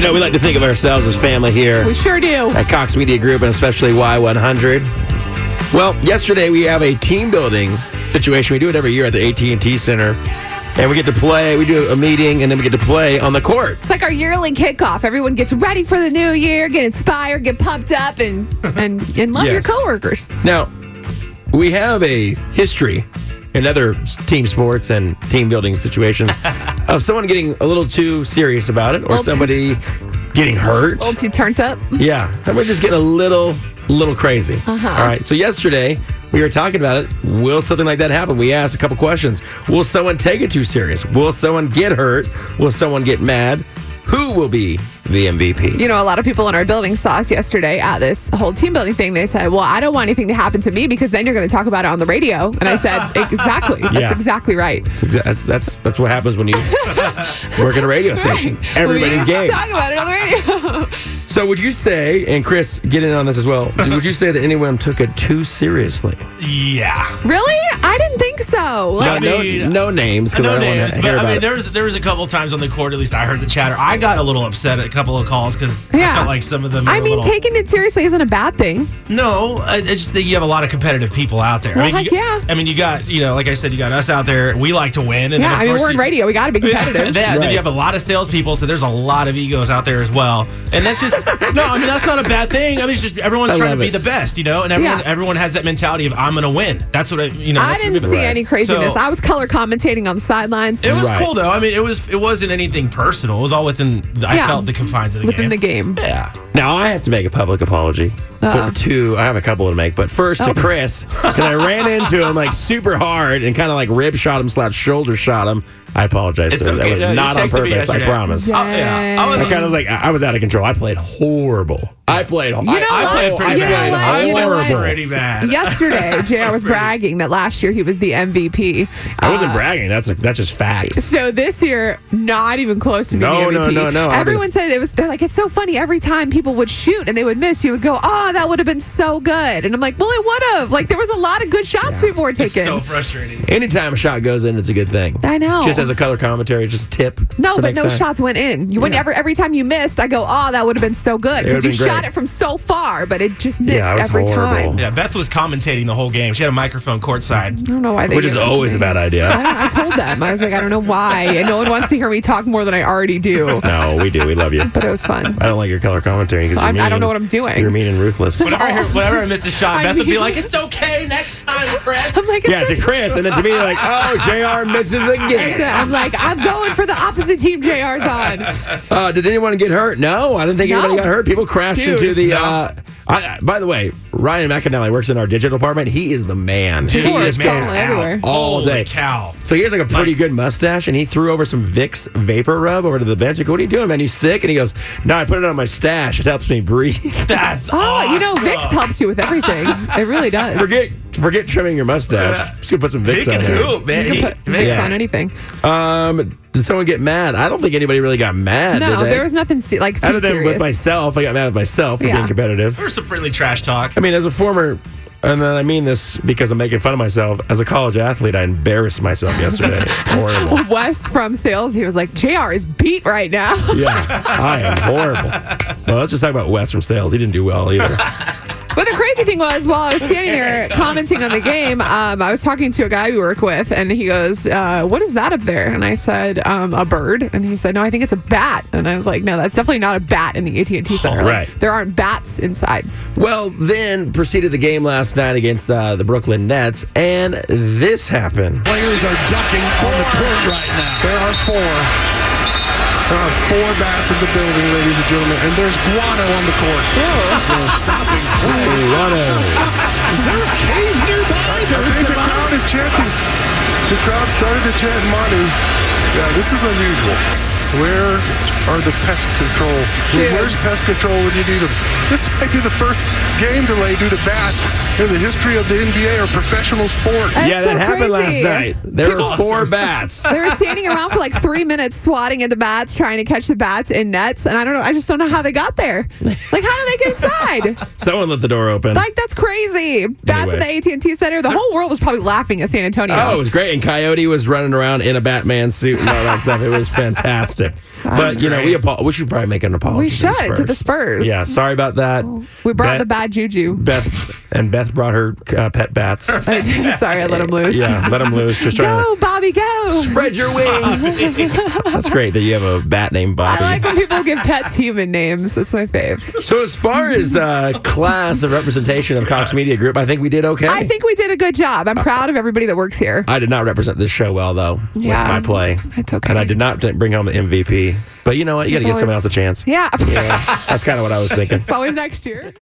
know, we like to think of ourselves as family here We sure do. at Cox Media Group and especially Y100. Well, yesterday we have a team building situation. We do it every year at the AT&T Center. And we get to play, we do a meeting, and then we get to play on the court. It's like our yearly kickoff. Everyone gets ready for the new year, get inspired, get pumped up, and and and love your Yes. coworkers. Now, we have a history in other s- team sports and team building situations of someone getting a little too serious about it or Well, t- somebody getting hurt. A little too turned up. Yeah, and we're just getting a little, little crazy. All right. So yesterday we were talking about it. Will something like that happen? We asked a couple questions. Will someone take it too serious? Will someone get hurt? Will someone get mad? Who will be the MVP? You know, a lot of people in our building saw us yesterday at this whole team building thing. They said, "Well, I don't want anything to happen to me because then you're going to talk about it on the radio." And I said, "Exactly. Yeah. That's exactly right." That's exa- That's, that's that's what happens when you work at a radio station. Everybody's We game. Talk about it on the radio. So would you say, and Chris, get in on this as well. would you say that anyone took it too seriously? Yeah. really? I didn't think so. Like, no, mean- no names because No I don't names, want to but hear I about mean, it. there was there was a couple times on the court. At least I heard the chatter. I got a little upset at a couple of calls because I Yeah. felt like some of them. I were a mean, little- taking it seriously isn't a bad thing. No, I, I just think you have a lot of competitive people out there. Well, I mean, heck you, yeah. I mean, you got you know, like I said, you got us out there. We like to win. And then, Yeah, of I mean, course, we're in you- radio. We got to be Yeah, competitive. that, then Right. you have a lot of salespeople, so there's a lot of egos out there as well, and that's just no. I mean, that's not a bad thing. I mean, it's just everyone's I trying to love be it. the best, you know, and everyone Yeah. everyone has that mentality of I'm gonna win. That's what I, you know. I that's- didn't see right. any craziness. So- I was color commentating on the sidelines. It was Right. cool though. I mean, it was it wasn't anything personal. It was all within. The, I Yeah. felt the confines of the within the game. game. Yeah. Now I have to make a public apology Uh-oh. Oh. for two. I have a couple to make, but first to Chris because I ran into him like super hard and kind of like rib shot him, slash shoulder shot him. I apologize. It's sir. okay. That was No, you not on texted me purpose. I yesterday. promise. Yeah. I, yeah. I was, I kind of was like I I was out of control. I played horrible. I played. You know I I, what? played I pretty You know bad. what? I You know played what? pretty bad. Yesterday, JR was bragging that last year he was the MVP. I wasn't Uh, bragging. That's that's just facts. so this year, not even close to being No, the no, MVP. no, no. Everyone said it was. They're like, it's so funny. Every time people would shoot and they would miss, you would go, "Oh, that would have been so good." And I'm like, "Well, it would have." Like there was a lot of good shots people were It's taking. so frustrating. Anytime a shot goes in, it's a good thing. I know. Just as a color commentary, just a tip. no, for but next no time. shots went in. You whenever every time you missed, I go, "Oh, that would have been so good" It because you would've been shot great. it from so far, but it just missed Yeah, it was every horrible. time. Yeah, Beth was commentating the whole game. She had a microphone courtside. I don't know why they Which gave is it to always me. a bad idea. I, don't, I told them. I was like, I don't know why. And no one wants to hear me talk more than I already do. no, we do. We love you. But it was fun. I don't like your color commentary because I- I don't know what I'm doing. You're mean and ruthless. Whenever I, hear, whenever I missed a shot, I Beth would be mean- like, "It's okay, next time, Chris." I'm like, it's Yeah, to Chris, and then to me, they're like, oh, JR misses it's a- again. I'm like, I'm going for the opposite team JR's on. Uh, did anyone get hurt? No, I didn't think No. anybody got hurt. People crashed Dude, into the. no. Uh, I, I- by the way, Ryan McAnally works in our digital department. He is the man. Dude, he Poor just man. goes out Everywhere. all Holy day. cow. So he has like a pretty good mustache, and he threw over some Vicks vapor rub over to the bench. Like, what are you doing, man? You sick? And he goes, No, I put it on my stash. It helps me breathe. That's Oh, awesome. you know, Vix helps you with everything. It really does. forget, forget trimming your mustache. Just gonna put some He Vicks can on there. hoop, man. You He- can put man. Vix Yeah. on anything. Um, did someone get mad? I don't think anybody really got mad. No, did they? there was nothing se- like too Other than serious. with myself, I got mad with myself for Yeah. being competitive. There was some friendly trash talk. I mean, as a former, and I mean this because I'm making fun of myself. As a college athlete, I embarrassed myself yesterday. It's horrible. Wes from sales, he was like, JR is beat right now. Yeah, I am horrible. Well, let's just talk about Wes from sales. He didn't do well either. But the crazy thing was, while I was standing there commenting on the game, um, I was talking to a guy we work with, and he goes, uh, "What is that up there?" And I said, um, "A bird." And he said, "No, I think it's a bat." And I was like, "No, that's definitely not a bat in the AT and T Center. All Like, right. there aren't bats inside." Well, then proceeded the game last night against uh, the Brooklyn Nets, and this happened. Players are ducking on the court right now. There are four. There are four bats in the building, ladies and gentlemen, and there's guano on the court. They're stopping play. Toronto. Is there a cave nearby? I think the crowd is chanting. The crowd started to chant Manu. Yeah, this is unusual. Where are the pest control? Dude. Where's pest control when you need them? This might be the first game delay due to bats in the history of the NBA or professional sports. That's yeah, so that happened last crazy. night. There People- were four bats. They were standing around for like three minutes, swatting at the bats, trying to catch the bats in nets, and I don't know. I just don't know how they got there. Like, how did they get inside? Someone let the door open. Like, that's crazy. Bats Anyway. at the AT and T Center. The whole world was probably laughing at San Antonio. Oh, it was great. And Coyote was running around in a Batman suit and all that stuff. It was fantastic. fantastic. but you know, we apo- we should probably make an apology. We to the should, to the Spurs. Oh. Yeah, sorry about that. We brought Beth- the bad juju. Beth and Beth brought her uh, pet bats. I did. Sorry, I let him loose. yeah, let them loose. Just trying Go, Bobby, go. to spread your wings. That's great that you have a bat named Bobby. I like when people give pets human names. That's my fave. so as far as uh, class of representation of Cox Media Group, I think we did okay. I think we did a good job. Uh, I'm proud of everybody that works here. I did not represent this show well though Yeah. with my play. It's okay. And I did not bring home the MVP. But you know what? You got to give There's someone else always- a chance. Yeah. That's kind of what I was thinking. It's always next year.